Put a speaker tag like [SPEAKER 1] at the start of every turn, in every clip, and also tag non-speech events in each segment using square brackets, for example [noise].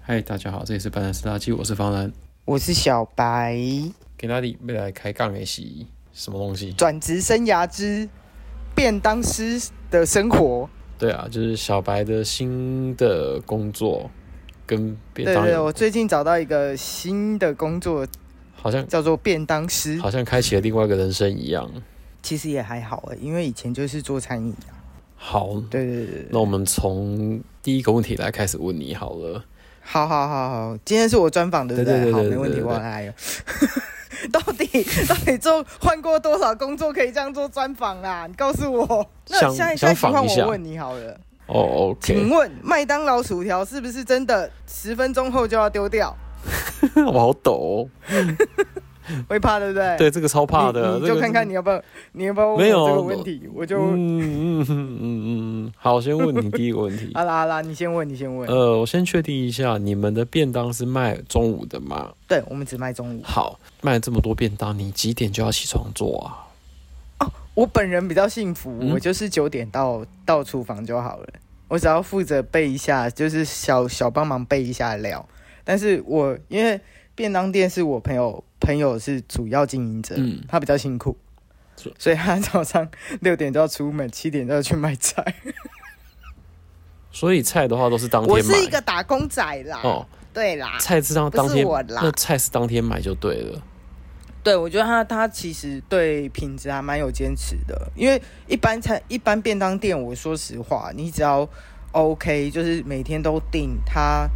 [SPEAKER 1] 嗨，大家好，这里是白兰斯垃圾，我是方兰。
[SPEAKER 2] 我是小白，
[SPEAKER 1] 今仔日要来开杠的是什么东西？
[SPEAKER 2] 转职生涯之便当师的生活。
[SPEAKER 1] 对啊，就是小白的新的工作跟便
[SPEAKER 2] 对
[SPEAKER 1] 当
[SPEAKER 2] 对
[SPEAKER 1] 有
[SPEAKER 2] 对，我最近找到一个新的工作，
[SPEAKER 1] 好像
[SPEAKER 2] 叫做便当师。
[SPEAKER 1] 好像开启了另外一个人生一样。
[SPEAKER 2] 其实也还好哎，因为以前就是做餐饮啊。
[SPEAKER 1] 好，
[SPEAKER 2] 对对对对，
[SPEAKER 1] 那我们从第一个问题来开始问你好了。
[SPEAKER 2] 好好好好，今天是我专访，对不
[SPEAKER 1] 对对对
[SPEAKER 2] 好，
[SPEAKER 1] 对对
[SPEAKER 2] 没问题，
[SPEAKER 1] 对对
[SPEAKER 2] 我来了。 [laughs] 到底到底做换过多少工作可以这样做专访啦？你告诉我。那
[SPEAKER 1] 想
[SPEAKER 2] 下一
[SPEAKER 1] 想
[SPEAKER 2] 下一题
[SPEAKER 1] 访
[SPEAKER 2] 换
[SPEAKER 1] 一下
[SPEAKER 2] 我问你好了，
[SPEAKER 1] 哦
[SPEAKER 2] 请
[SPEAKER 1] ，OK，
[SPEAKER 2] 问麦当劳薯条是不是真的十分钟后就要丢掉？
[SPEAKER 1] [laughs] 我好抖、哦。
[SPEAKER 2] 会怕对不对？
[SPEAKER 1] 对，这个超怕的，
[SPEAKER 2] 你你
[SPEAKER 1] 这
[SPEAKER 2] 就
[SPEAKER 1] 个
[SPEAKER 2] 看看你要不要，你要不要
[SPEAKER 1] 没
[SPEAKER 2] 问
[SPEAKER 1] 有
[SPEAKER 2] 我这个问题？我就、
[SPEAKER 1] 嗯嗯嗯嗯嗯嗯，好，先问你第一个问
[SPEAKER 2] [laughs]
[SPEAKER 1] 题。
[SPEAKER 2] 好啦好啦，你先问，你先问。
[SPEAKER 1] 呃，我先确定一下，你们的便当是卖中午的吗？
[SPEAKER 2] 对，我们只卖中午。
[SPEAKER 1] 好，卖了这么多便当，你几点就要起床做啊？
[SPEAKER 2] 我本人比较幸福，
[SPEAKER 1] 嗯
[SPEAKER 2] 我就是九点到到厨房就好了，我只要负责备一下，就是小小帮忙备一下料。但是我因为便当店是我朋友朋友是主要经营者，
[SPEAKER 1] 嗯
[SPEAKER 2] 他比较辛苦
[SPEAKER 1] 是，
[SPEAKER 2] 所以他早上六点就要出门，七点就要去卖菜。
[SPEAKER 1] 所以菜的话都是当
[SPEAKER 2] 我
[SPEAKER 1] 天买。
[SPEAKER 2] 是一个打工仔啦，
[SPEAKER 1] 哦，
[SPEAKER 2] 对啦，
[SPEAKER 1] 菜是当
[SPEAKER 2] 不
[SPEAKER 1] 当
[SPEAKER 2] 是
[SPEAKER 1] 天
[SPEAKER 2] 我，啦
[SPEAKER 1] 那菜是当天买就对了。
[SPEAKER 2] 对，我觉得他他其实对品质还蛮有坚持的，因为一般餐一般便当店，我说实话，你只要 OK，就是每天都订，他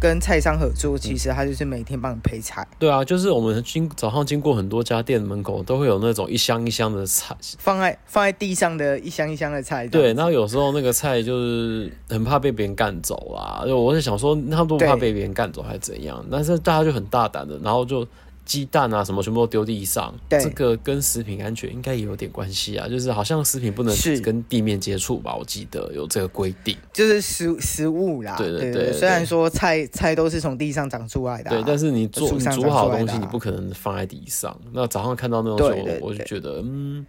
[SPEAKER 2] 跟菜商合作，其实他就是每天帮你配菜，
[SPEAKER 1] 对啊，就是我们经早上经过很多家店门口，都会有那种一箱一箱的菜。
[SPEAKER 2] 放在放在地上的一箱一箱的菜这
[SPEAKER 1] 对，
[SPEAKER 2] 样子。
[SPEAKER 1] 然后有时候那个菜就是很怕被别人干走啦。就我是想说，他们都不怕
[SPEAKER 2] 对
[SPEAKER 1] 被别人干走还是怎样，但是大家就很大胆的，然后就鸡蛋啊什么全部都丢地上。
[SPEAKER 2] 对
[SPEAKER 1] 这个跟食品安全应该也有点关系啊，就是好像食品不能
[SPEAKER 2] 是
[SPEAKER 1] 跟地面接触吧？我记得有这个规定。
[SPEAKER 2] 就是食食物啦，
[SPEAKER 1] 对对
[SPEAKER 2] 对
[SPEAKER 1] 对对
[SPEAKER 2] 虽然说菜菜都是从地上长出来的啊、
[SPEAKER 1] 对，但是你做
[SPEAKER 2] 树
[SPEAKER 1] 你
[SPEAKER 2] 上
[SPEAKER 1] 煮
[SPEAKER 2] 长
[SPEAKER 1] 好
[SPEAKER 2] 出来
[SPEAKER 1] 东
[SPEAKER 2] 的
[SPEAKER 1] 西，你
[SPEAKER 2] 啊
[SPEAKER 1] 不可能放在地上。那早上看到那种时
[SPEAKER 2] 对对
[SPEAKER 1] 候，我就
[SPEAKER 2] 对
[SPEAKER 1] 觉得，嗯，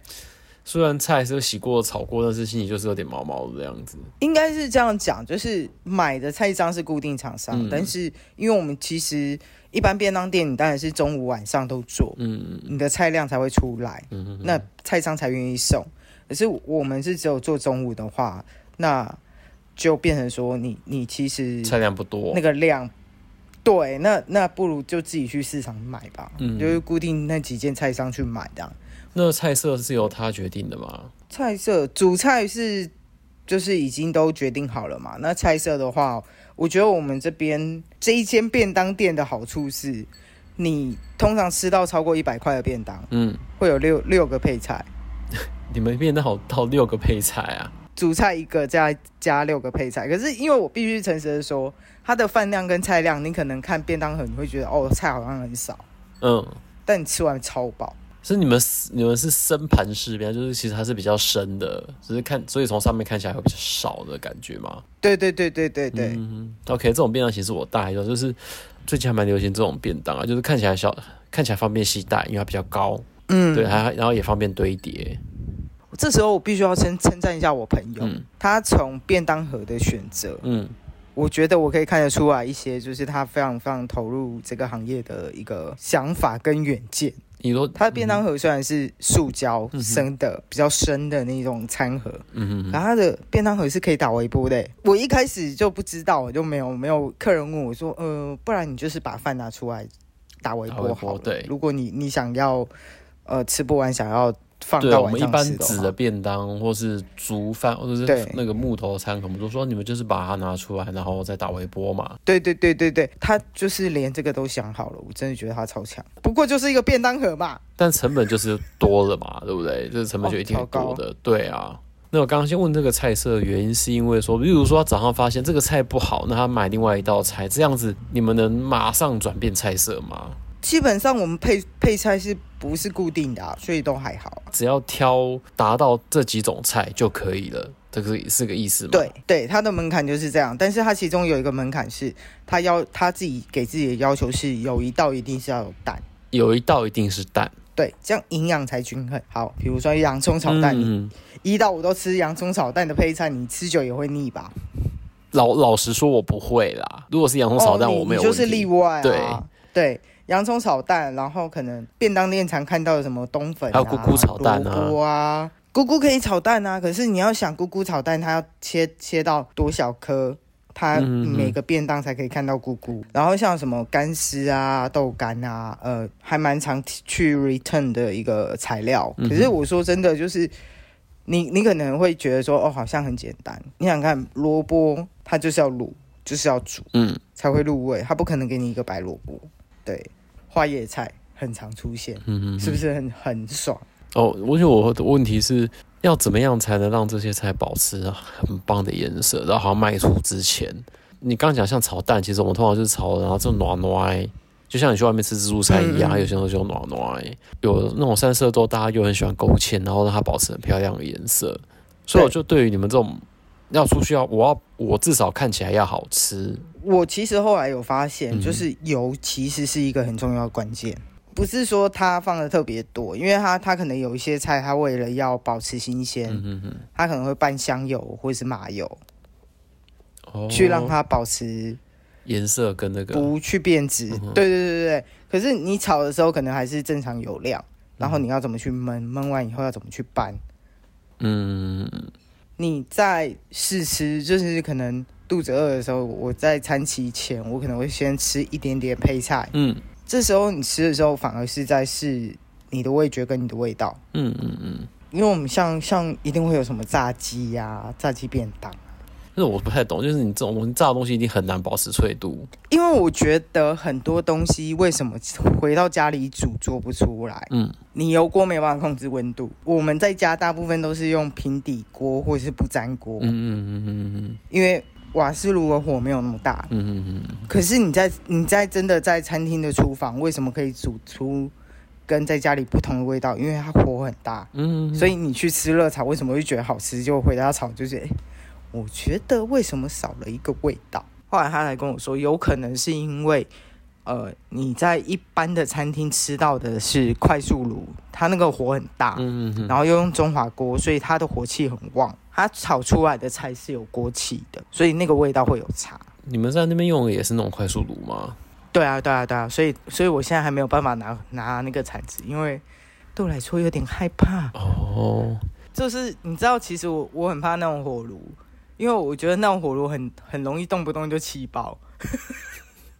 [SPEAKER 1] 虽然菜是洗过、炒过，但是心里就是有点毛毛的这样子。
[SPEAKER 2] 应该是这样讲，就是买的菜商是固定厂商，
[SPEAKER 1] 嗯
[SPEAKER 2] 但是因为我们其实一般便当店，你当然是中午晚上都做，
[SPEAKER 1] 嗯
[SPEAKER 2] 你的菜量才会出来，
[SPEAKER 1] 嗯嗯，
[SPEAKER 2] 那菜商才愿意送。可是我们是只有做中午的话，那就变成说你你其实
[SPEAKER 1] 菜量不多
[SPEAKER 2] 那。个量，对，那那不如就自己去市场买吧，
[SPEAKER 1] 嗯
[SPEAKER 2] 就是固定那几间菜商去买的啊。
[SPEAKER 1] 那菜色是由他决定的吗？
[SPEAKER 2] 菜色主菜是就是已经都决定好了嘛？那菜色的话，我觉得我们这边这一间便当店的好处是，你通常吃到超过一百块的便当，
[SPEAKER 1] 嗯，
[SPEAKER 2] 会有六六个配菜，
[SPEAKER 1] 你们变得好到六个配菜啊？
[SPEAKER 2] 主菜一个加加六个配菜。可是因为我必须诚实的说，它的饭量跟菜量，你可能看便当盒你会觉得哦菜好像很少，
[SPEAKER 1] 嗯，
[SPEAKER 2] 但你吃完超饱。
[SPEAKER 1] 是你们你们是深盘式边，就是其实它是比较深的，只是看所以从上面看起来会比较少的感觉嘛。
[SPEAKER 2] 对对对对对对，
[SPEAKER 1] 嗯，OK，这种便当其实我带的，就是最近还蛮流行这种便当啊，就是看起来小，看起来方便携带，因为它比较高，
[SPEAKER 2] 嗯，
[SPEAKER 1] 对，还然后也方便堆叠，
[SPEAKER 2] 这时候我必须要称称赞一下我朋友，
[SPEAKER 1] 嗯
[SPEAKER 2] 他从便当盒的选择，
[SPEAKER 1] 嗯
[SPEAKER 2] 我觉得我可以看得出来一些，就是他非常非常投入这个行业的一个想法跟远见。
[SPEAKER 1] 你说
[SPEAKER 2] 他的便当盒虽然是塑胶
[SPEAKER 1] 嗯哼
[SPEAKER 2] 生的、比较深的那种餐盒，
[SPEAKER 1] 嗯嗯
[SPEAKER 2] 然后它的便当盒是可以打微波的欸。我一开始就不知道，我就没有没有客人问我说，呃，不然你就是把饭拿出来打微
[SPEAKER 1] 打微
[SPEAKER 2] 波
[SPEAKER 1] 波
[SPEAKER 2] 好了。
[SPEAKER 1] 对
[SPEAKER 2] 如果你你想要呃吃不完，想要放
[SPEAKER 1] 对啊，
[SPEAKER 2] 到
[SPEAKER 1] 我
[SPEAKER 2] 晚
[SPEAKER 1] 们一
[SPEAKER 2] 上
[SPEAKER 1] 般
[SPEAKER 2] 吃的
[SPEAKER 1] 指
[SPEAKER 2] 话
[SPEAKER 1] 的便当或是竹饭或者是
[SPEAKER 2] 对
[SPEAKER 1] 那个木头餐，我们都说你们就是把它拿出来，然后再打微波嘛。
[SPEAKER 2] 对对对对对，他就是连这个都想好了，我真的觉得他超强。不过就是一个便当盒嘛，
[SPEAKER 1] 但成本就是多了嘛，对 [laughs] 不对？这个成本就一定
[SPEAKER 2] 哦
[SPEAKER 1] 会
[SPEAKER 2] 超高
[SPEAKER 1] 多的，对啊。那我刚刚先问这个菜色的原因，是因为说，例如说他早上发现这个菜不好，那他买另外一道菜，这样子你们能马上转变菜色吗？
[SPEAKER 2] 基本上我们配配菜是不是固定的、啊，所以都还好。
[SPEAKER 1] 只要挑达到这几种菜就可以了，这个是是个意思吗？
[SPEAKER 2] 对对，它的门槛就是这样，但是它其中有一个门槛是，他要他自己给自己的要求是有一道一定是要有蛋，
[SPEAKER 1] 有一道一定是蛋，
[SPEAKER 2] 对，这样营养才均衡。好，比如说洋葱炒蛋，
[SPEAKER 1] 嗯
[SPEAKER 2] 一到五都吃洋葱炒蛋的配菜，你吃久也会腻吧？
[SPEAKER 1] 老老实说，我不会啦。如果是洋葱炒蛋，
[SPEAKER 2] 哦你
[SPEAKER 1] 我没有
[SPEAKER 2] 你就
[SPEAKER 1] 问
[SPEAKER 2] 是
[SPEAKER 1] 题。
[SPEAKER 2] 例外、啊。
[SPEAKER 1] 对
[SPEAKER 2] 对，洋葱炒蛋，然后可能便当店常看到的什么冬粉、啊，
[SPEAKER 1] 还有咕咕炒蛋啊
[SPEAKER 2] 啊，菇啊，咕咕可以炒蛋啊。可是你要想，咕咕炒蛋它要切切到多小颗？它
[SPEAKER 1] 嗯嗯嗯
[SPEAKER 2] 每个便当才可以看到咕咕，然后像什么干丝啊、豆干啊，呃，还蛮常去 return 的一个材料。
[SPEAKER 1] 嗯哼
[SPEAKER 2] 可是我说真的，就是你你可能会觉得说，哦，好像很简单。你想看萝卜，它就是要卤，就是要煮，
[SPEAKER 1] 嗯，
[SPEAKER 2] 才会入味，它不可能给你一个白萝卜。对，花椰菜很常出现，
[SPEAKER 1] 嗯嗯
[SPEAKER 2] 是不是很很爽？
[SPEAKER 1] 哦，我觉得我的问题是要怎么样才能让这些菜保持很棒的颜色，然后好像卖出之前，你刚讲像炒蛋，其实我们通常就是炒，然后就暖暖。就像你去外面吃自助餐一样，
[SPEAKER 2] 嗯嗯
[SPEAKER 1] 有些东西就暖暖，有那种三色豆，大家又很喜欢勾芡，然后让它保持很漂亮的颜色。所以我就对于你们这种要出去要，我要我至少看起来要好吃，
[SPEAKER 2] 我其实后来有发现，
[SPEAKER 1] 嗯
[SPEAKER 2] 就是油其实是一个很重要的关键，不是说它放的特别多，因为它它可能有一些菜，它为了要保持新鲜，
[SPEAKER 1] 嗯嗯嗯，
[SPEAKER 2] 它可能会拌香油或是麻油，
[SPEAKER 1] 哦
[SPEAKER 2] 去让它保持
[SPEAKER 1] 颜色跟那个
[SPEAKER 2] 不去变质。
[SPEAKER 1] 嗯哼
[SPEAKER 2] 对对对对对。可是你炒的时候，可能还是正常油量，然后你要怎么去焖，焖完以后要怎么去拌，
[SPEAKER 1] 嗯
[SPEAKER 2] 你在试吃，就是可能肚子饿的时候，我在餐期前，我可能会先吃一点点配菜。
[SPEAKER 1] 嗯
[SPEAKER 2] 这时候你吃的时候，反而是在试你的味觉跟你的味道，
[SPEAKER 1] 嗯嗯嗯，
[SPEAKER 2] 因为我们像像一定会有什么炸鸡呀、炸鸡便当，
[SPEAKER 1] 但是我不太懂，就是你这种东西炸的东西一定很难保持脆度，
[SPEAKER 2] 因为我觉得很多东西为什么回到家里煮做不出来，
[SPEAKER 1] 嗯
[SPEAKER 2] 你油锅没办法控制温度，我们在家大部分都是用平底锅或者是不粘锅，
[SPEAKER 1] 嗯嗯嗯嗯
[SPEAKER 2] 因为瓦斯炉的火没有那么大，
[SPEAKER 1] 嗯嗯嗯
[SPEAKER 2] 可是你在你在真的在餐厅的厨房，为什么可以煮出跟在家里不同的味道？因为它火很大，
[SPEAKER 1] 嗯，
[SPEAKER 2] 所
[SPEAKER 1] 以
[SPEAKER 2] 以你去吃热炒，为什么会觉得好吃？就回家炒就觉得，诶我觉得为什么少了一个味道？后来他来跟我说，有可能是因为，呃，你在一般的餐厅吃到的是快速炉，它那个火很大，
[SPEAKER 1] 嗯嗯
[SPEAKER 2] 然后又用中华锅，所以它的火气很旺，它炒出来的菜是有锅气的，所以那个味道会有差。
[SPEAKER 1] 你们在那边用的也是那种快速炉吗？
[SPEAKER 2] 对啊，对啊，对啊，所以所以我现在还没有办法拿拿那个铲子，因为对我来说有点害怕。
[SPEAKER 1] 哦，
[SPEAKER 2] 就是你知道，其实我我很怕那种火炉，因为我觉得那种火炉很很容易动不动就气爆。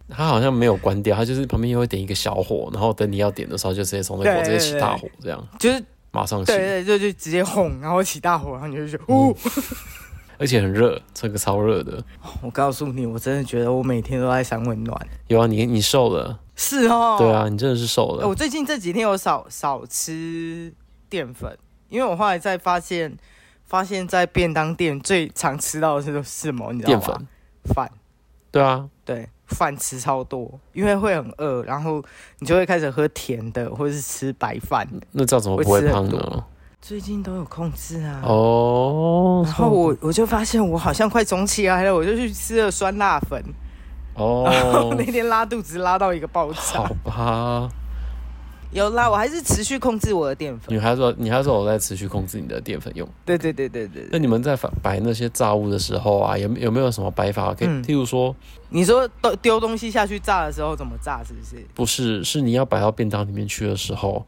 [SPEAKER 1] 它好像没有关掉，它就是旁边又会点一个小火，然后等你要点的时候就直接从那火直接起大火，这样
[SPEAKER 2] 就是
[SPEAKER 1] 马上起
[SPEAKER 2] 对，对对，就直接轰，然后起大火，然后你就觉得，
[SPEAKER 1] 嗯
[SPEAKER 2] 哦，
[SPEAKER 1] 而且很热，这个超热的。
[SPEAKER 2] 我告诉你，我真的觉得我每天都在三温暖。
[SPEAKER 1] 有啊，你你瘦了，
[SPEAKER 2] 是哦，
[SPEAKER 1] 对啊，你真的是瘦
[SPEAKER 2] 哎、我
[SPEAKER 1] 了。
[SPEAKER 2] 最近这几天有少少吃淀粉，因为我后来在发现，发现在便当店最常吃到的是是什么？你知道
[SPEAKER 1] 淀
[SPEAKER 2] 吗？
[SPEAKER 1] 粉，
[SPEAKER 2] 饭，
[SPEAKER 1] 对啊，
[SPEAKER 2] 对，饭吃超多，因为会很饿，然后你就会开始喝甜的，或是吃白饭。
[SPEAKER 1] 那这样怎么不会胖呢？
[SPEAKER 2] 最近都有控制啊。
[SPEAKER 1] 哦，
[SPEAKER 2] 然后我我就发现我好像快肿起来了，我就去吃了酸辣粉，然后
[SPEAKER 1] 哦
[SPEAKER 2] [laughs] 那，天拉肚子拉到一个爆炸
[SPEAKER 1] 好。吧，
[SPEAKER 2] 有啦，我还是持续控制我的淀粉。
[SPEAKER 1] 你还说你还说我在持续控制你的淀粉用。
[SPEAKER 2] 对对对对对
[SPEAKER 1] 那
[SPEAKER 2] 对，
[SPEAKER 1] 你们在摆摆那些炸物的时候啊，有没有没有什么摆法可以？
[SPEAKER 2] 嗯
[SPEAKER 1] 譬如说，
[SPEAKER 2] 你说丢丢东西下去炸的时候怎么炸？是不是？
[SPEAKER 1] 不是是你要摆到便当里面去的时候，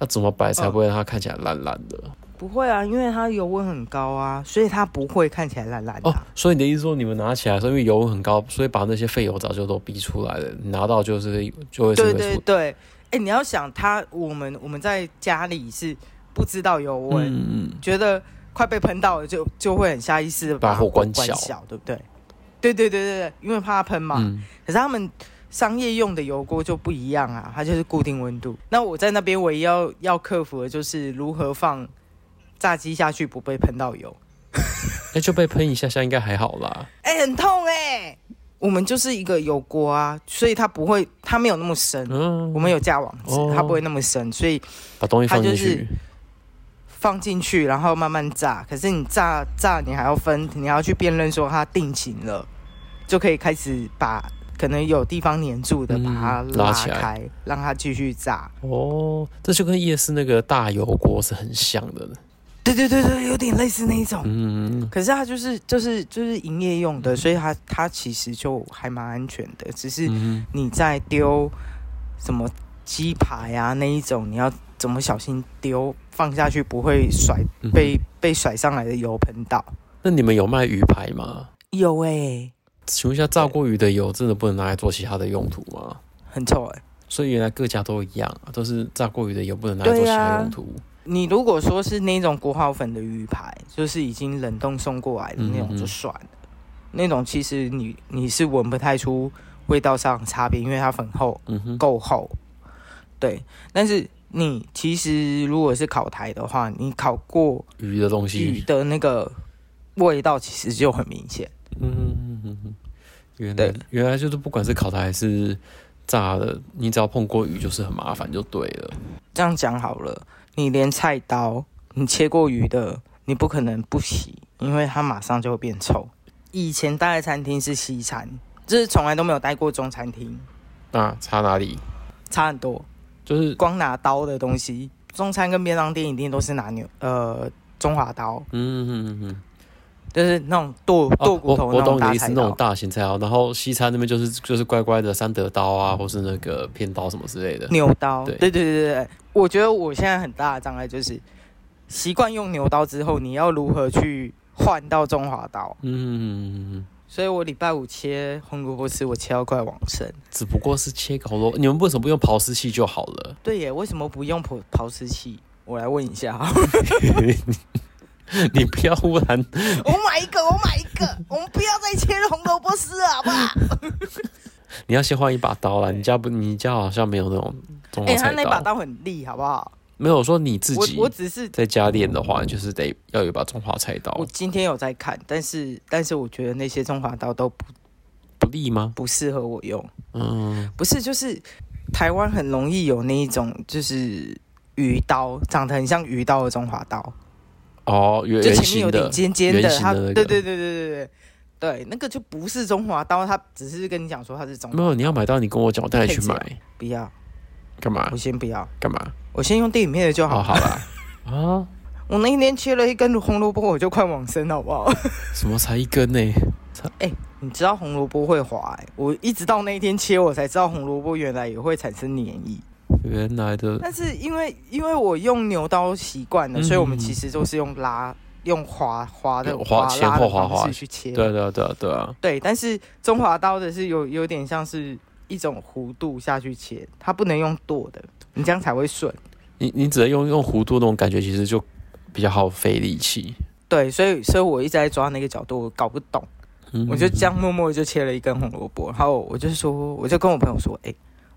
[SPEAKER 1] 要怎么摆才不会让它看起来烂烂的？
[SPEAKER 2] 不会啊，因为它油温很高啊，所以它不会看起来烂烂的
[SPEAKER 1] 哦
[SPEAKER 2] 啊、，
[SPEAKER 1] 所以你的意思说，你们拿起来的时候，因为油温很高，所以把那些废油早就都逼出来了，你拿到就是就会是
[SPEAKER 2] 对
[SPEAKER 1] 会
[SPEAKER 2] 对
[SPEAKER 1] 出。
[SPEAKER 2] 对，哎、你要想它，我们我们在家里是不知道油温，
[SPEAKER 1] 嗯嗯，
[SPEAKER 2] 觉得快被喷到了就，就会很下意识的
[SPEAKER 1] 把火关
[SPEAKER 2] 关
[SPEAKER 1] 小
[SPEAKER 2] 对不对？对对对对对，因为怕它喷嘛。
[SPEAKER 1] 嗯
[SPEAKER 2] 可是他们商业用的油锅就不一样啊，它就是固定温度。那我在那边唯一要要克服的就是如何放炸鸡下去不被喷到油，
[SPEAKER 1] 那、哎就被喷一下下应该还好啦。
[SPEAKER 2] 哎、很痛哎、我们就是一个油锅啊，所以它不会，它没有那么深。
[SPEAKER 1] 嗯，
[SPEAKER 2] 我们有架网子，
[SPEAKER 1] 哦
[SPEAKER 2] 它不会那么深，所以
[SPEAKER 1] 把东西放进去，
[SPEAKER 2] 它就是放进去，然后慢慢炸。可是你炸炸，你还要分，你还要去辨认说它定型了，就可以开始把可能有地方粘住的
[SPEAKER 1] 嗯
[SPEAKER 2] 把它
[SPEAKER 1] 拉
[SPEAKER 2] 拉
[SPEAKER 1] 起来
[SPEAKER 2] 开，让它继续炸。
[SPEAKER 1] 哦，这就跟夜市那个大油锅是很像的。
[SPEAKER 2] 对对对对，有点类似那一种。
[SPEAKER 1] 嗯，
[SPEAKER 2] 可是它就是就是就是营业用的，所以它它其实就还蛮安全的。只是
[SPEAKER 1] 嗯
[SPEAKER 2] 你在丢什么鸡排啊那一种，你要怎么小心丢放下去，不会甩
[SPEAKER 1] 嗯
[SPEAKER 2] 被被甩上来的油喷到。
[SPEAKER 1] 那你们有卖鱼排吗？
[SPEAKER 2] 有哎、
[SPEAKER 1] 请问一下，炸过鱼的油真的不能拿来做其他的用途吗？
[SPEAKER 2] 很臭哎、
[SPEAKER 1] 所以原来各家都一样啊，都是炸过鱼的油不能拿
[SPEAKER 2] 啊
[SPEAKER 1] 来做其他用途。
[SPEAKER 2] 你如果说是那种国豪粉的鱼排，就是已经冷冻送过来的
[SPEAKER 1] 嗯嗯
[SPEAKER 2] 那种，
[SPEAKER 1] 嗯
[SPEAKER 2] 就算了。那种其实你你是闻不太出味道上的差别，因为它粉厚。
[SPEAKER 1] 嗯哼，
[SPEAKER 2] 够厚，对。但是你其实如果是烤台的话，你烤过
[SPEAKER 1] 鱼的东
[SPEAKER 2] 鱼
[SPEAKER 1] 西，
[SPEAKER 2] 的那个味道其实就很明显。
[SPEAKER 1] 嗯哼哼，原来原来就是不管是烤的还是炸的，你只要碰过鱼就是很麻烦就对了。
[SPEAKER 2] 这样讲好了，你连菜刀，你切过鱼的，你不可能不洗，因为它马上就会变臭。以前待的餐厅是西餐，就是从来都没有待过中餐厅，
[SPEAKER 1] 那差哪里？
[SPEAKER 2] 差很多。
[SPEAKER 1] 就是
[SPEAKER 2] 光拿刀的东西，中餐跟便当店一定都是拿牛呃中华刀，
[SPEAKER 1] 嗯哼哼。
[SPEAKER 2] 就是那种剁剁
[SPEAKER 1] 哦，
[SPEAKER 2] 骨
[SPEAKER 1] 我
[SPEAKER 2] 头
[SPEAKER 1] 我
[SPEAKER 2] 那种
[SPEAKER 1] 懂你
[SPEAKER 2] 大
[SPEAKER 1] 的意思，
[SPEAKER 2] 菜
[SPEAKER 1] 那
[SPEAKER 2] 刀
[SPEAKER 1] 种。大型菜刀。然后西餐那边就是就是乖乖的三德刀啊，或是那个片刀什么之类的。
[SPEAKER 2] 牛刀，
[SPEAKER 1] 对
[SPEAKER 2] 对对对对对，我觉得我现在很大的障碍就是习惯用牛刀之后，你要如何去换到中华刀？
[SPEAKER 1] 嗯，
[SPEAKER 2] 所以我礼拜五切红萝卜丝，我切到快往生。
[SPEAKER 1] 只不过是切烤肉，你们为什么不用刨丝器就好了？
[SPEAKER 2] 对耶，为什么不用刨刨丝器？我来问一 [laughs] 下哈，
[SPEAKER 1] 你不要忽然
[SPEAKER 2] 我买一个，我买一个，oh 我们不要再切红萝卜丝了，好
[SPEAKER 1] [laughs]
[SPEAKER 2] 不好？
[SPEAKER 1] 你要先换一把刀啦，你家不，你家好像没有那种中
[SPEAKER 2] 哎、
[SPEAKER 1] 华
[SPEAKER 2] 他
[SPEAKER 1] 菜
[SPEAKER 2] 那
[SPEAKER 1] 刀。
[SPEAKER 2] 把刀很利，好不好？
[SPEAKER 1] 没有我说你自
[SPEAKER 2] 我
[SPEAKER 1] 己
[SPEAKER 2] 我只是
[SPEAKER 1] 在家练的话，就是得要有一把中华菜刀
[SPEAKER 2] 我，今天有在看，但是但是我觉得那些中华刀都不
[SPEAKER 1] 不利吗？
[SPEAKER 2] 不适合我用。
[SPEAKER 1] 嗯，
[SPEAKER 2] 不是，就是台湾很容易有那一种，就是鱼刀，长得很像鱼刀的中华刀，
[SPEAKER 1] 哦，圆
[SPEAKER 2] 就
[SPEAKER 1] 圆
[SPEAKER 2] 前面
[SPEAKER 1] 形
[SPEAKER 2] 有点
[SPEAKER 1] 的，
[SPEAKER 2] 尖尖
[SPEAKER 1] 圆
[SPEAKER 2] 的，
[SPEAKER 1] 形的
[SPEAKER 2] 它
[SPEAKER 1] 那个
[SPEAKER 2] 对对对对对对对，那个就不是中华刀，它只是跟你讲说它是中
[SPEAKER 1] 没有，你要买到你跟我讲，我带你去
[SPEAKER 2] 配
[SPEAKER 1] 买，
[SPEAKER 2] 不要，
[SPEAKER 1] 干嘛
[SPEAKER 2] 我先不要，
[SPEAKER 1] 干嘛？
[SPEAKER 2] 我先用店里面的就好。
[SPEAKER 1] 哦，好啦，啊，
[SPEAKER 2] 我那一天切了一根红萝卜，我就快往生了好不 [laughs] 好？
[SPEAKER 1] 什么才一根呢？
[SPEAKER 2] 你知道红萝卜会滑、欸，我一直到那一天切，我才知道红萝卜原来也会产生黏液。
[SPEAKER 1] 原来的
[SPEAKER 2] 但是因为因为我用牛刀习惯了，
[SPEAKER 1] 嗯
[SPEAKER 2] 所以我们其实都是用拉用滑滑的
[SPEAKER 1] 对滑前
[SPEAKER 2] 拉
[SPEAKER 1] 后
[SPEAKER 2] 的
[SPEAKER 1] 滑滑
[SPEAKER 2] 方式去切。
[SPEAKER 1] 对啊对啊对啊对啊，
[SPEAKER 2] 对但是中华刀的是有有点像是一种弧度下去切，它不能用剁的，你这样才会顺。
[SPEAKER 1] 你你只能用用弧度那种感觉，其实就比较耗费力气。
[SPEAKER 2] 对，所以所以我一直在抓那个角度，我搞不懂，
[SPEAKER 1] 嗯
[SPEAKER 2] 我就这样默默地就切了一根红萝卜，然后我就说，我就跟我朋友说，哎、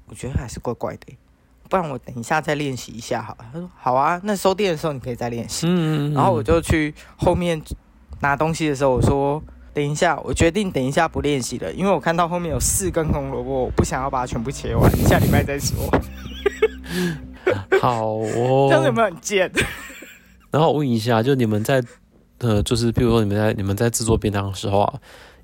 [SPEAKER 2] 我觉得还是怪怪的、不然我等一下再练习一下好了。他说好啊，那收店的时候你可以再练习。
[SPEAKER 1] 嗯，嗯嗯
[SPEAKER 2] 然后我就去后面拿东西的时候，我说等一下，我决定等一下不练习了，因为我看到后面有四根红萝卜，我不想要把它全部切完，下礼拜再说。
[SPEAKER 1] [laughs] 好
[SPEAKER 2] 这
[SPEAKER 1] 哦。
[SPEAKER 2] 样有没有很
[SPEAKER 1] [laughs]
[SPEAKER 2] 贱？
[SPEAKER 1] 然后我问一下，就你们在呃，就是譬如说你们在你们在制作便当的时候啊，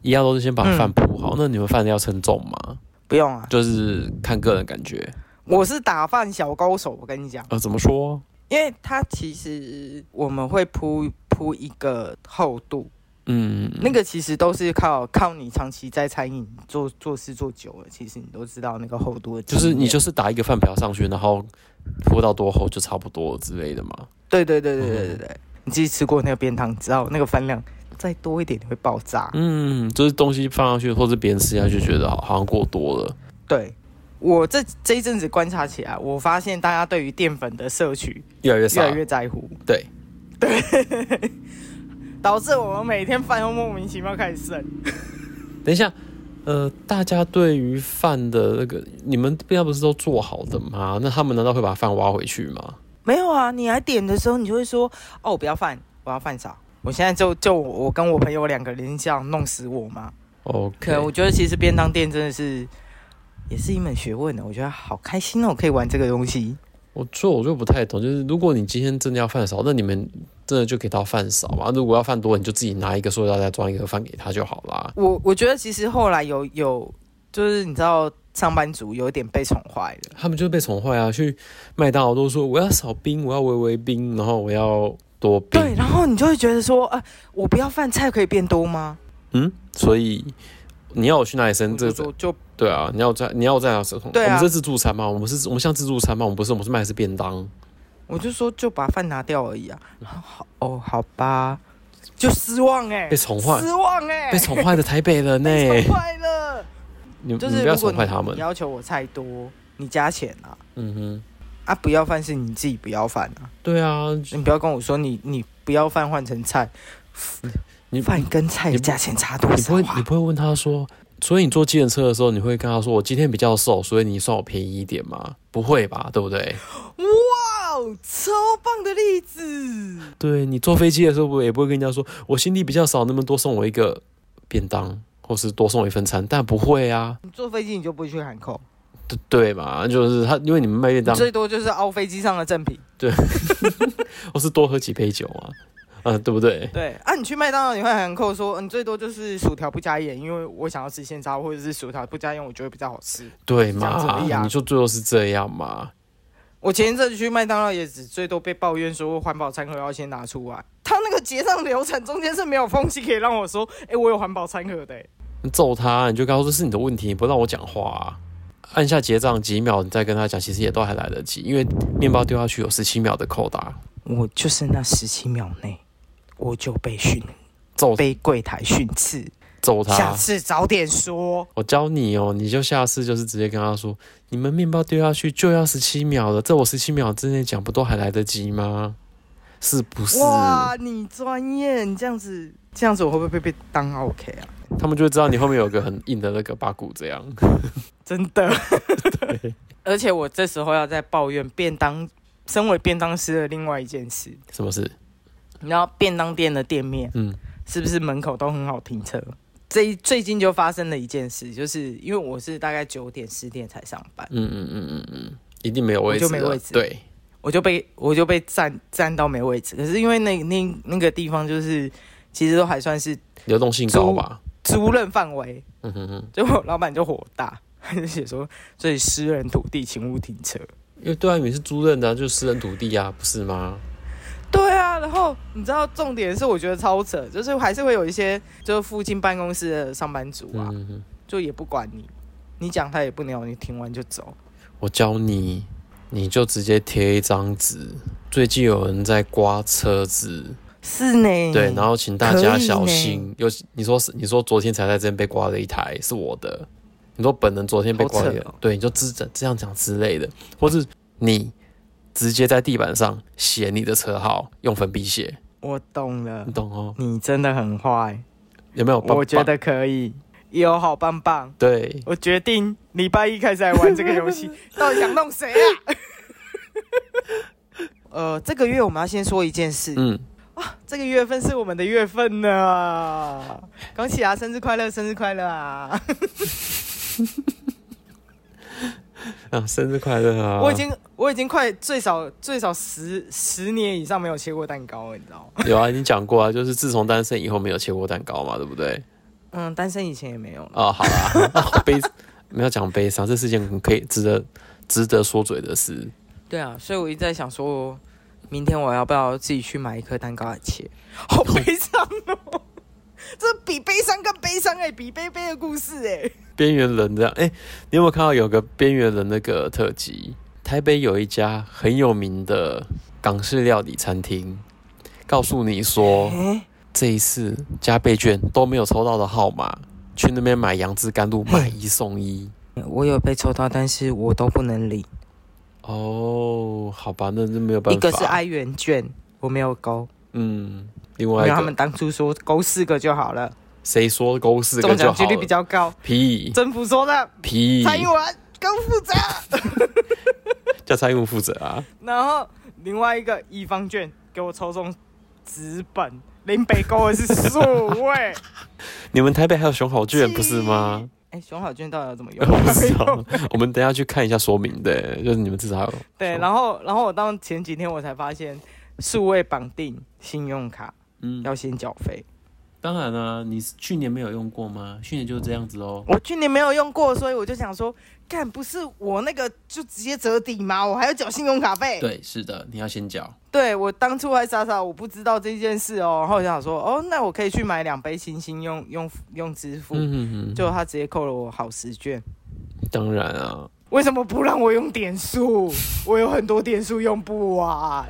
[SPEAKER 1] 一样都是先把
[SPEAKER 2] 嗯
[SPEAKER 1] 饭铺好。那你们饭要称重吗？
[SPEAKER 2] 不用啊，
[SPEAKER 1] 就是看个人感觉。
[SPEAKER 2] 我是打饭小高手，我跟你讲，
[SPEAKER 1] 呃，怎么说？
[SPEAKER 2] 因为它其实我们会铺铺一个厚度，
[SPEAKER 1] 嗯，
[SPEAKER 2] 那个其实都是靠靠你长期在餐饮做做事做久了，其实你都知道那个厚度的经
[SPEAKER 1] 就
[SPEAKER 2] 验。
[SPEAKER 1] 是你就是打一个饭瓢上去，然后铺到多厚就差不多之类的嘛。
[SPEAKER 2] 对对对对
[SPEAKER 1] 嗯
[SPEAKER 2] 对对对，你自己吃过那个便当，你知道那个饭量再多一点你会爆炸。
[SPEAKER 1] 嗯，就是东西放上去，或者别人吃下去觉得好好像过多了。
[SPEAKER 2] 对我这这一阵子观察起来，我发现大家对于淀粉的摄取
[SPEAKER 1] 越来越
[SPEAKER 2] 越
[SPEAKER 1] 少，
[SPEAKER 2] 来越在乎， [laughs]
[SPEAKER 1] 对，
[SPEAKER 2] 导致我们每天饭后莫名其妙开始剩。
[SPEAKER 1] 等一下，呃，大家对于饭的那个，你们便当不是都做好的吗？那他们难道会把饭挖回去吗？
[SPEAKER 2] 没有啊，你来点的时候，你就会说哦，我不要饭，我要饭少。我现在就就我我跟我朋友两个人这样弄死我嘛。可啊
[SPEAKER 1] OK，
[SPEAKER 2] 能我觉得其实便当店真的是也是一门学问的，我觉得好开心哦，可以玩这个东西。
[SPEAKER 1] 我这我就不太懂，就是如果你今天真的要饭少，那你们真的就给到饭少嘛？如果要饭多，你就自己拿一个塑料袋装一个饭给他就好啦。
[SPEAKER 2] 我我觉得其实后来有有就是你知道上班族有点被宠坏了。
[SPEAKER 1] 他们就被宠坏啊！去麦当劳都说我要少冰，我要微微冰，然后我要多病。
[SPEAKER 2] 对，然后你就会觉得说，啊，我不要饭菜可以变多吗？
[SPEAKER 1] 嗯，所以你要我去哪里生
[SPEAKER 2] 我
[SPEAKER 1] 这
[SPEAKER 2] 就
[SPEAKER 1] 个？
[SPEAKER 2] 说就
[SPEAKER 1] 对啊，你要我在你要我在哪生？
[SPEAKER 2] 对啊
[SPEAKER 1] 我们是自助餐吗？我们是我们像自助餐吗？我们不是，我们是卖的是便当。
[SPEAKER 2] 我就说就把饭拿掉而已啊。
[SPEAKER 1] 嗯
[SPEAKER 2] 好哦，好吧，就失望哎、
[SPEAKER 1] 被宠坏
[SPEAKER 2] 失望哎、
[SPEAKER 1] 被宠坏的台北人呢、
[SPEAKER 2] 被宠坏了。
[SPEAKER 1] 你
[SPEAKER 2] 就
[SPEAKER 1] 你
[SPEAKER 2] 是
[SPEAKER 1] 不要
[SPEAKER 2] 如果
[SPEAKER 1] 宠坏
[SPEAKER 2] 你
[SPEAKER 1] 他们
[SPEAKER 2] 你。要求我菜多，你加钱啊
[SPEAKER 1] 嗯哼，
[SPEAKER 2] 啊！不要饭是你自己不要饭啊，
[SPEAKER 1] 对啊，
[SPEAKER 2] 你不要跟我说你你不要饭换成菜，
[SPEAKER 1] 你
[SPEAKER 2] 饭跟菜的
[SPEAKER 1] 你
[SPEAKER 2] 价钱差多
[SPEAKER 1] 你不
[SPEAKER 2] 少
[SPEAKER 1] 会你
[SPEAKER 2] 啊？
[SPEAKER 1] 不会问他说，所以你坐计程车的时候，你会跟他说我今天比较瘦，所以你算我便宜一点吗？不会吧，对不对？
[SPEAKER 2] 哇哦，超棒的例子！
[SPEAKER 1] 对你坐飞机的时候，我也不会跟人家说我行李比较少，能不能多送我一个便当，或是多送我一份餐？但不会啊，
[SPEAKER 2] 你坐飞机你就不会去喊扣，
[SPEAKER 1] 对对嘛，就是他，因为你们卖便
[SPEAKER 2] 你
[SPEAKER 1] 当，
[SPEAKER 2] 最多就是凹飞机上的赠品。
[SPEAKER 1] 或哦是多喝几杯酒啊，啊，对不对？
[SPEAKER 2] 对啊，你去麦当劳你会喊扣说，嗯，最多就是薯条不加盐，因为我想要吃现炸，或者是薯条不加盐，我觉得比较好吃。
[SPEAKER 1] 对
[SPEAKER 2] 这样子而已啊
[SPEAKER 1] 嘛，你就最后是这样嘛。
[SPEAKER 2] 我前一阵子去麦当劳也只最多被抱怨说环保餐盒要先拿出来，他那个结账流程中间是没有缝隙可以让我说，哎、我有环保餐盒的、欸。
[SPEAKER 1] 你揍他，你就跟他说是你的问题，你不让我讲话、啊。按下结账几秒，你再跟他讲，其实也都还来得及，因为面包丢下去有十七秒的扣打，
[SPEAKER 2] 我就是那十七秒内，我就被训，
[SPEAKER 1] 揍
[SPEAKER 2] 被柜台训斥，
[SPEAKER 1] 揍
[SPEAKER 2] 下
[SPEAKER 1] 他。
[SPEAKER 2] 次早点说。
[SPEAKER 1] 我教你哦，你就下次就是直接跟他说，你们面包丢下去就要十七秒了，在我十七秒之内讲，不都还来得及吗？是不是？
[SPEAKER 2] 哇，你专业，你这样子，这样子我会不会被被当 OK 啊？
[SPEAKER 1] 他们就会知道你后面有个很硬的那个八股，这样 [laughs]
[SPEAKER 2] 真的。而且我这时候要再抱怨便当，身为便当师的另外一件事，
[SPEAKER 1] 什么事？
[SPEAKER 2] 你知道便当店的店面，
[SPEAKER 1] 嗯
[SPEAKER 2] 是不是门口都很好停车？最最近就发生了一件事，就是因为我是大概九点十点才上班，
[SPEAKER 1] 嗯嗯嗯嗯嗯，一定没有位置
[SPEAKER 2] 我就没
[SPEAKER 1] 了
[SPEAKER 2] 位置
[SPEAKER 1] 对，
[SPEAKER 2] 我就被我就被占占到没位置。可是因为那那那个地方就是其实都还算是
[SPEAKER 1] 流动性高吧？
[SPEAKER 2] 租赁范围，
[SPEAKER 1] 嗯哼哼，
[SPEAKER 2] 结果老板就火大，他就写说所以私人土地请勿停车。
[SPEAKER 1] 因为对啊，你是租赁的啊、就是私人土地啊，不是吗？
[SPEAKER 2] 对啊，然后你知道重点是我觉得超扯，就是还是会有一些就是附近办公室的上班族啊，
[SPEAKER 1] 嗯哼，
[SPEAKER 2] 就也不管你，你讲他也不鸟你，听完就走。
[SPEAKER 1] 我教你，你就直接贴一张纸。最近有人在刮车子，
[SPEAKER 2] 是呢，
[SPEAKER 1] 对，然后请大家
[SPEAKER 2] 嗯可以
[SPEAKER 1] 小
[SPEAKER 2] 呢
[SPEAKER 1] 心。尤其你说是你说昨天才在这边被刮了一台，是我的。你说本人昨天被刮了一
[SPEAKER 2] 好扯
[SPEAKER 1] 个
[SPEAKER 2] 哦，
[SPEAKER 1] 对，你就之这样讲之类的，或是你直接在地板上写你的车号，用粉笔写，
[SPEAKER 2] 我懂了
[SPEAKER 1] 你，懂哦？
[SPEAKER 2] 你真的很坏，
[SPEAKER 1] 有没有？棒
[SPEAKER 2] 我觉
[SPEAKER 1] 棒
[SPEAKER 2] 得可以，有好棒棒。
[SPEAKER 1] 对，
[SPEAKER 2] 我决定礼拜一开始来玩这个游戏，
[SPEAKER 1] [laughs]
[SPEAKER 2] 到底想弄谁啊？ [laughs] 呃，这个月我们要先说一件事，
[SPEAKER 1] 嗯，
[SPEAKER 2] 这个月份是我们的月份呢。恭喜啊，生日快乐，生日快乐啊！
[SPEAKER 1] 啊，生日快乐啊！
[SPEAKER 2] 我已经我已经快最少最少十十年以上没有切过蛋糕了，你知道吗？ [laughs]
[SPEAKER 1] 有啊，你讲过啊，就是自从单身以后没有切过蛋糕嘛，对不对？
[SPEAKER 2] 嗯，单身以前也没有。
[SPEAKER 1] 哦，好啦， [laughs] 好悲，没有讲悲伤，这是件很可以值得值得说嘴的事。
[SPEAKER 2] 对啊，所以我一直在想说，明天我要不要自己去买一颗蛋糕来切？好悲伤哦， [laughs] 这比悲伤更悲伤哎、比悲悲的故事哎、
[SPEAKER 1] 边缘人这样，哎、你有没有看到有个边缘人那个特辑？台北有一家很有名的港式料理餐厅，告诉你说
[SPEAKER 2] 诶
[SPEAKER 1] 这一次加倍券都没有抽到的号码，去那边买杨枝甘露买一送一。
[SPEAKER 2] [laughs] 我有被抽到，但是我都不能领。
[SPEAKER 1] 哦，好吧，那就没有办
[SPEAKER 2] 一
[SPEAKER 1] 法。
[SPEAKER 2] 个是哀元券，我没有勾，
[SPEAKER 1] 嗯，另
[SPEAKER 2] 因
[SPEAKER 1] 外一
[SPEAKER 2] 为他
[SPEAKER 1] 个
[SPEAKER 2] 们当初说勾四个就好了，
[SPEAKER 1] 谁说勾四个
[SPEAKER 2] 中
[SPEAKER 1] 就
[SPEAKER 2] 奖
[SPEAKER 1] 好
[SPEAKER 2] 几率
[SPEAKER 1] 了
[SPEAKER 2] 比？较高。
[SPEAKER 1] 屁
[SPEAKER 2] 政府说的，
[SPEAKER 1] 屁，
[SPEAKER 2] 蔡英文更负责。
[SPEAKER 1] 叫蔡英文负责啊！
[SPEAKER 2] 然后另外一个乙方券给我抽中纸本，林北勾的是数位。
[SPEAKER 1] 你们台北还有熊好券不是吗？
[SPEAKER 2] [laughs] 哎，熊好券到底要怎么用？
[SPEAKER 1] 我 [laughs] 不知道，我们等一下去看一下说明的，就是你们至少还有
[SPEAKER 2] [laughs] 对，然后然后我当前几天我才发现，数位绑定信用卡
[SPEAKER 1] 嗯
[SPEAKER 2] 要先缴费，
[SPEAKER 1] 当然啦、你是去年没有用过吗？去年就是这样子哦。
[SPEAKER 2] 我去年没有用过，所以我就想说，干不是我那个就直接折抵吗？我还要缴信用卡费。
[SPEAKER 1] 对，是的，你要先缴。
[SPEAKER 2] 对我当初还傻傻我不知道这件事哦，然后我就想说，哦，那我可以去买两杯星星用用用支付，
[SPEAKER 1] 嗯哼哼，
[SPEAKER 2] 就他直接扣了我好十券。
[SPEAKER 1] 当然啊，
[SPEAKER 2] 为什么不让我用点 [laughs] 数？我有很多点数用不完。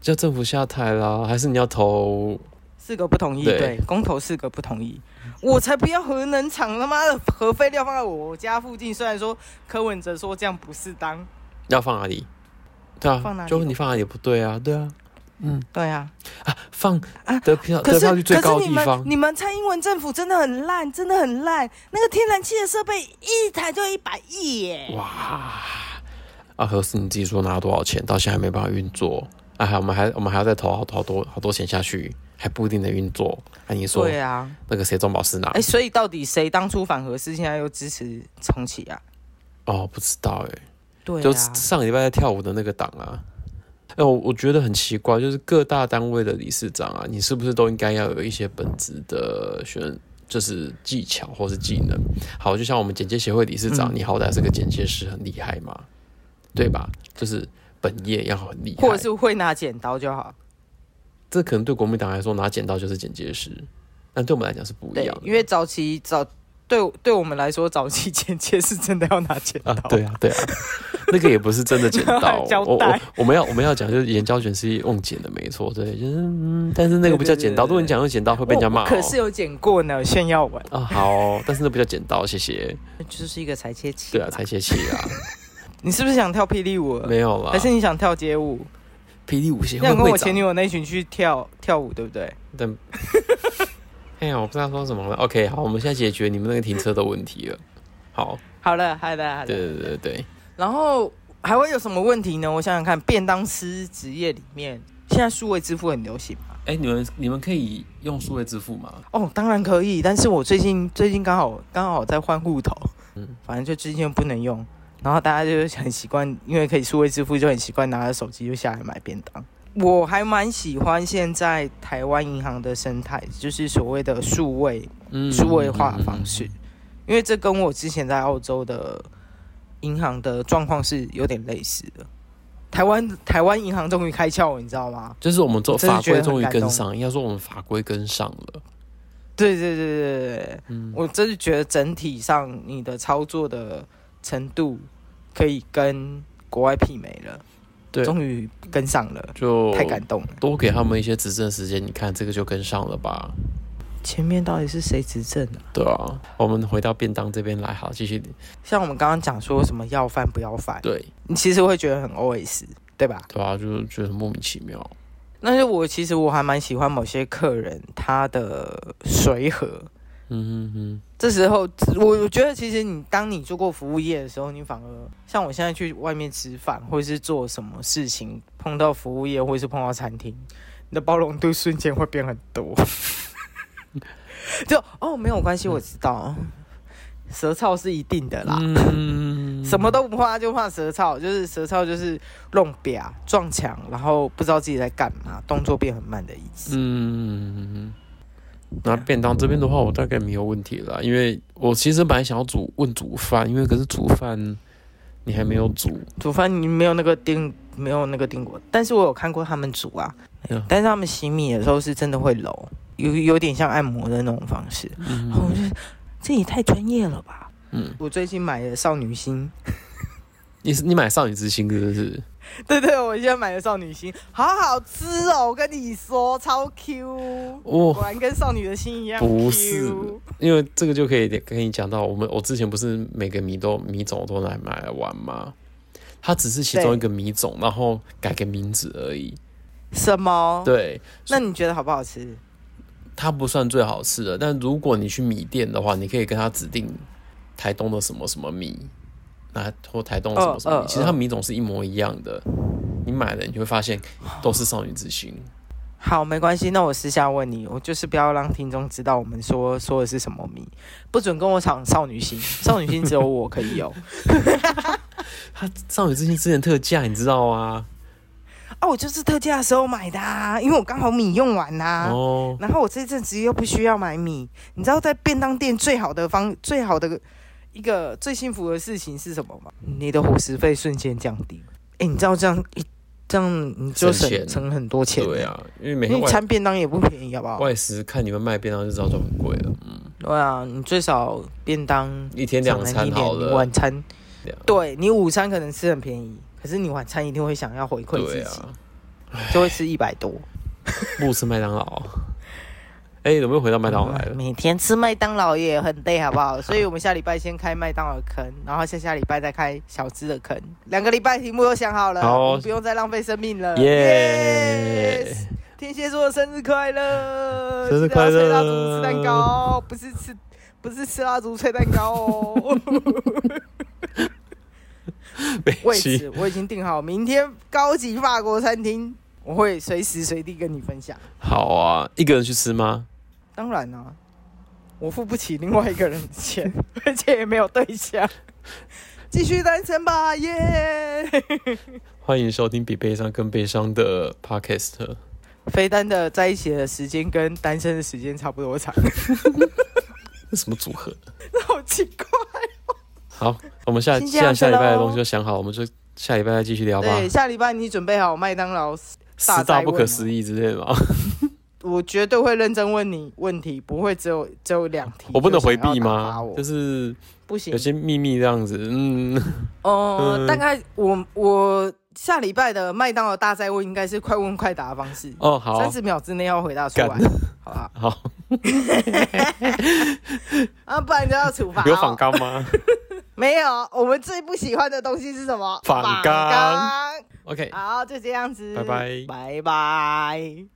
[SPEAKER 1] 叫政府下台啦，还是你要投？
[SPEAKER 2] 四个不同意，
[SPEAKER 1] 对
[SPEAKER 2] 对，公投四个不同意，我才不要核能厂他妈的核废料放在我家附近。虽然说柯文哲说这样不适当，
[SPEAKER 1] 要放哪里？对啊，
[SPEAKER 2] 放哪里
[SPEAKER 1] 就你放哪里也不对啊，对啊，嗯
[SPEAKER 2] 对啊，
[SPEAKER 1] 啊，放
[SPEAKER 2] 啊
[SPEAKER 1] 得票、
[SPEAKER 2] 可
[SPEAKER 1] 得
[SPEAKER 2] 是
[SPEAKER 1] 票率最高的
[SPEAKER 2] 可是
[SPEAKER 1] 地
[SPEAKER 2] 你们
[SPEAKER 1] 方，
[SPEAKER 2] 你们蔡英文政府真的很烂，真的很烂。那个天然气的设备一台就一百亿耶，
[SPEAKER 1] 哇！啊，何是你自己说拿多少钱，到现在还没办法运作，啊，还我们还我们还要再投好好多好多钱下去，还不一定能运作。那、你说、
[SPEAKER 2] 对啊，
[SPEAKER 1] 那个谁中保是哪？
[SPEAKER 2] 哎、所以到底谁当初反核是现在又支持重启啊？
[SPEAKER 1] 哦，不知道哎、
[SPEAKER 2] 对
[SPEAKER 1] 就
[SPEAKER 2] 啊，
[SPEAKER 1] 上礼拜在跳舞的那个党啊。哎、我我觉得很奇怪，就是各大单位的理事长啊，你是不是都应该要有一些本职的选，就是技巧或是技能？好，就像我们简介协会理事长，
[SPEAKER 2] 嗯
[SPEAKER 1] 你好歹是个简介师，很厉害嘛，对吧？就是本业要很厉害，
[SPEAKER 2] 或者是会拿剪刀就好。
[SPEAKER 1] 这可能对国民党来说拿剪刀就是剪接师，但对我们来讲是不一
[SPEAKER 2] 对
[SPEAKER 1] 样，的
[SPEAKER 2] 因为早期早对对我们来说，早期剪切是真的要拿剪刀。
[SPEAKER 1] 啊，对啊， [laughs] 对啊，那个也不是真的剪刀，
[SPEAKER 2] [laughs] 胶
[SPEAKER 1] 我我
[SPEAKER 2] 带
[SPEAKER 1] 我们要我们要讲就是眼胶卷是用剪的，没错，对，就是嗯，但是那个不叫剪刀，
[SPEAKER 2] 对对对
[SPEAKER 1] 如果你讲用剪刀会被人家骂、哦
[SPEAKER 2] 我。可是有剪过呢，炫耀文
[SPEAKER 1] 啊，好哦、但是那不叫剪刀，谢谢。
[SPEAKER 2] 就是一个裁切器。
[SPEAKER 1] 对啊，才谢谢
[SPEAKER 2] [laughs]
[SPEAKER 1] 啊，
[SPEAKER 2] 你是不是想跳霹雳舞了？
[SPEAKER 1] 没有啦。
[SPEAKER 2] 还是你想跳街舞？
[SPEAKER 1] 霹雳舞协
[SPEAKER 2] 你
[SPEAKER 1] 会
[SPEAKER 2] 想跟
[SPEAKER 1] 会
[SPEAKER 2] 我前女
[SPEAKER 1] 长，
[SPEAKER 2] 友那群去跳跳舞，对不对？
[SPEAKER 1] 但 [laughs] 哎呀，我不知道说什么了。OK，好，我们现在解决你们那个停车的问题了。好，
[SPEAKER 2] 好了，好了，好
[SPEAKER 1] 对
[SPEAKER 2] 了。
[SPEAKER 1] 对对对对，
[SPEAKER 2] 然后还会有什么问题呢？我想想看，便当师职业里面，现在数位支付很流行嘛？
[SPEAKER 1] 哎、你们你们可以用数位支付吗？
[SPEAKER 2] 哦，当然可以，但是我最近最近刚好刚好在换户头，
[SPEAKER 1] 嗯
[SPEAKER 2] 反正就之前不能用，然后大家就是很习惯，因为可以数位支付，就很习惯拿着手机就下来买便当。我还蛮喜欢现在台湾银行的生态，就是所谓的数位
[SPEAKER 1] 嗯
[SPEAKER 2] 数位化的方式，因为这跟我之前在澳洲的银行的状况是有点类似的。台湾台湾银行终于开窍了，你知道吗？
[SPEAKER 1] 就是我们做
[SPEAKER 2] 我真的
[SPEAKER 1] 法
[SPEAKER 2] 觉得
[SPEAKER 1] 规
[SPEAKER 2] 很
[SPEAKER 1] 终于
[SPEAKER 2] 感
[SPEAKER 1] 跟
[SPEAKER 2] 动
[SPEAKER 1] 上，应该说我们法规跟上了。
[SPEAKER 2] 对对对对对对，
[SPEAKER 1] 嗯，
[SPEAKER 2] 我真是觉得整体上你的操作的程度可以跟国外媲美了，
[SPEAKER 1] 对哦
[SPEAKER 2] 终于跟上了，
[SPEAKER 1] 就
[SPEAKER 2] 太感动了。
[SPEAKER 1] 多给他们一些执政时间，你看这个就跟上了吧？
[SPEAKER 2] 前面到底是谁执政的、
[SPEAKER 1] 对啊，我们回到便当这边来，好，继续
[SPEAKER 2] 像我们刚刚讲说什么要饭不要饭，
[SPEAKER 1] 对
[SPEAKER 2] 你其实会觉得很 OS，对吧？
[SPEAKER 1] 对啊，就觉得莫名其妙。
[SPEAKER 2] 但是我其实我还蛮喜欢某些客人他的随和。
[SPEAKER 1] 嗯嗯
[SPEAKER 2] 这时候，我我觉得其实你当你做过服务业的时候，你反而像我现在去外面吃饭，或是做什么事情，碰到服务业或是碰到餐厅，你的包容度瞬间会变很多。 [laughs] 就哦，没有关系，我知道，舌操是一定的啦。
[SPEAKER 1] 嗯嗯，
[SPEAKER 2] 什么都不怕，就怕舌操，就是舌操就是弄瘪撞墙，然后不知道自己在干嘛，动作变很慢的意思。
[SPEAKER 1] 嗯，那便当这边的话，我大概没有问题了，因为我其实本来想要煮问煮饭，因为可是煮饭你还没有煮，
[SPEAKER 2] 煮饭你没有那个定，没有那个定过，但是我有看过他们煮啊，
[SPEAKER 1] 嗯
[SPEAKER 2] 但是他们洗米的时候是真的会揉，有有点像按摩的那种方式。
[SPEAKER 1] 嗯
[SPEAKER 2] 哦我觉得这也太专业了吧！
[SPEAKER 1] 嗯，
[SPEAKER 2] 我最近买的少女心，
[SPEAKER 1] 你是你买少女之心是不是？
[SPEAKER 2] 对对，我现在买的少女心，好好吃哦！我跟你说，超 Q，
[SPEAKER 1] 哦
[SPEAKER 2] 果，然跟少女的心一样 Q。
[SPEAKER 1] 不是因为这个就可以跟你讲到，我们我之前不是每个米都米种都来买来玩吗？它只是其中一个米种，然后改个名字而已。
[SPEAKER 2] 什么？
[SPEAKER 1] 对，
[SPEAKER 2] 那你觉得好不好吃？
[SPEAKER 1] 它不算最好吃的，但如果你去米店的话，你可以跟他指定台东的什么什么米，那或台东的什么什么米，
[SPEAKER 2] 哦哦
[SPEAKER 1] 其实它米种是一模一样的。你买了，你就会发现都是少女之心。
[SPEAKER 2] 哦好，没关系。那我私下问你，我就是不要让听众知道我们说说的是什么米，不准跟我抢少女心。少女心只有
[SPEAKER 1] [laughs]
[SPEAKER 2] 我可以有。
[SPEAKER 1] 它少女之心之前特价，你知道啊？
[SPEAKER 2] 啊，我就是特价的时候买的、啊，因为我刚好米用完啦、
[SPEAKER 1] 哦，
[SPEAKER 2] 然后我这阵子又不需要买米，你知道在便当店最好的方最好的一个最幸福的事情是什么吗？你的伙食费瞬间降低。哎，你知道这样一这样你就
[SPEAKER 1] 省
[SPEAKER 2] 省
[SPEAKER 1] 钱
[SPEAKER 2] 省很多钱，
[SPEAKER 1] 对，啊，因为每
[SPEAKER 2] 因
[SPEAKER 1] 天
[SPEAKER 2] 为
[SPEAKER 1] 外
[SPEAKER 2] 餐便当也不便宜，好不好？
[SPEAKER 1] 外食看你们卖便当就知道就很贵了，嗯，
[SPEAKER 2] 对啊，你最少便当
[SPEAKER 1] 一天两餐好
[SPEAKER 2] 你
[SPEAKER 1] 了，
[SPEAKER 2] 晚餐
[SPEAKER 1] 两
[SPEAKER 2] 对啊你午餐可能吃很便宜，可是你晚餐一定会想要回馈自
[SPEAKER 1] 对
[SPEAKER 2] 己，
[SPEAKER 1] 啊，
[SPEAKER 2] 就会吃一百多。
[SPEAKER 1] 不吃麦当劳。 [laughs] 哎、有没有回到麦当劳来了？
[SPEAKER 2] 每天吃麦当劳也很累，好不 [laughs] 好？所以我们下礼拜先开麦当劳坑，然后下下礼拜再开小资的坑。两个礼拜题目都想好了，
[SPEAKER 1] 好
[SPEAKER 2] 我们不用再浪费生命了。
[SPEAKER 1] 耶
[SPEAKER 2] 嗯 Yes！天蝎座生日快乐！
[SPEAKER 1] 生日快乐
[SPEAKER 2] 记得要吹蜡烛、吃蛋糕，不是吃，不是吃蜡烛、吹蛋糕哦。
[SPEAKER 1] 北
[SPEAKER 2] 位
[SPEAKER 1] 西
[SPEAKER 2] 置我已经定好，明天高级法国餐厅，我会随时随地跟你分享。
[SPEAKER 1] 好啊，一个人去吃吗？
[SPEAKER 2] 当然啦、我付不起另外一个人的
[SPEAKER 1] [laughs]
[SPEAKER 2] 钱，而且也没有对象，继续单身吧，耶！
[SPEAKER 1] 欢迎收听比悲伤更悲伤的 Podcast。
[SPEAKER 2] 飞单的在一起的时间跟单身的时间差不多长， [laughs]
[SPEAKER 1] 这什么组合？
[SPEAKER 2] 好奇怪。
[SPEAKER 1] 好，我们下
[SPEAKER 2] 先这
[SPEAKER 1] 下
[SPEAKER 2] 样子
[SPEAKER 1] 下礼拜的
[SPEAKER 2] 咯
[SPEAKER 1] 东西就想好，我们就下礼拜再继续聊吧。
[SPEAKER 2] 对，下礼拜你准备好麦当劳，大
[SPEAKER 1] 十大
[SPEAKER 2] 灾
[SPEAKER 1] 不
[SPEAKER 2] 问
[SPEAKER 1] 可
[SPEAKER 2] 哦
[SPEAKER 1] 思议之类的嘛，
[SPEAKER 2] 我绝对会认真问你问题，不会只有只有两题。
[SPEAKER 1] [laughs] 我不能回避
[SPEAKER 2] 就想要打发
[SPEAKER 1] 吗？
[SPEAKER 2] 我
[SPEAKER 1] 就是
[SPEAKER 2] 不行啊
[SPEAKER 1] 有，些秘密这样子，嗯， [laughs]
[SPEAKER 2] 哦、
[SPEAKER 1] 嗯
[SPEAKER 2] 大概我我下礼拜的麦当劳大赛问应该是快问快答的方式，
[SPEAKER 1] 哦，好
[SPEAKER 2] 三，十秒之内要回答出来
[SPEAKER 1] 干，
[SPEAKER 2] 好吧？
[SPEAKER 1] 好，
[SPEAKER 2] 啊，不然就要处
[SPEAKER 1] [laughs]
[SPEAKER 2] 罚、
[SPEAKER 1] 有反？纲吗
[SPEAKER 2] [laughs] 没有，我们最不喜欢的东西是什么？
[SPEAKER 1] 反纲
[SPEAKER 2] 反纲
[SPEAKER 1] ？OK，
[SPEAKER 2] 好，就这样子，
[SPEAKER 1] 拜拜
[SPEAKER 2] 拜拜。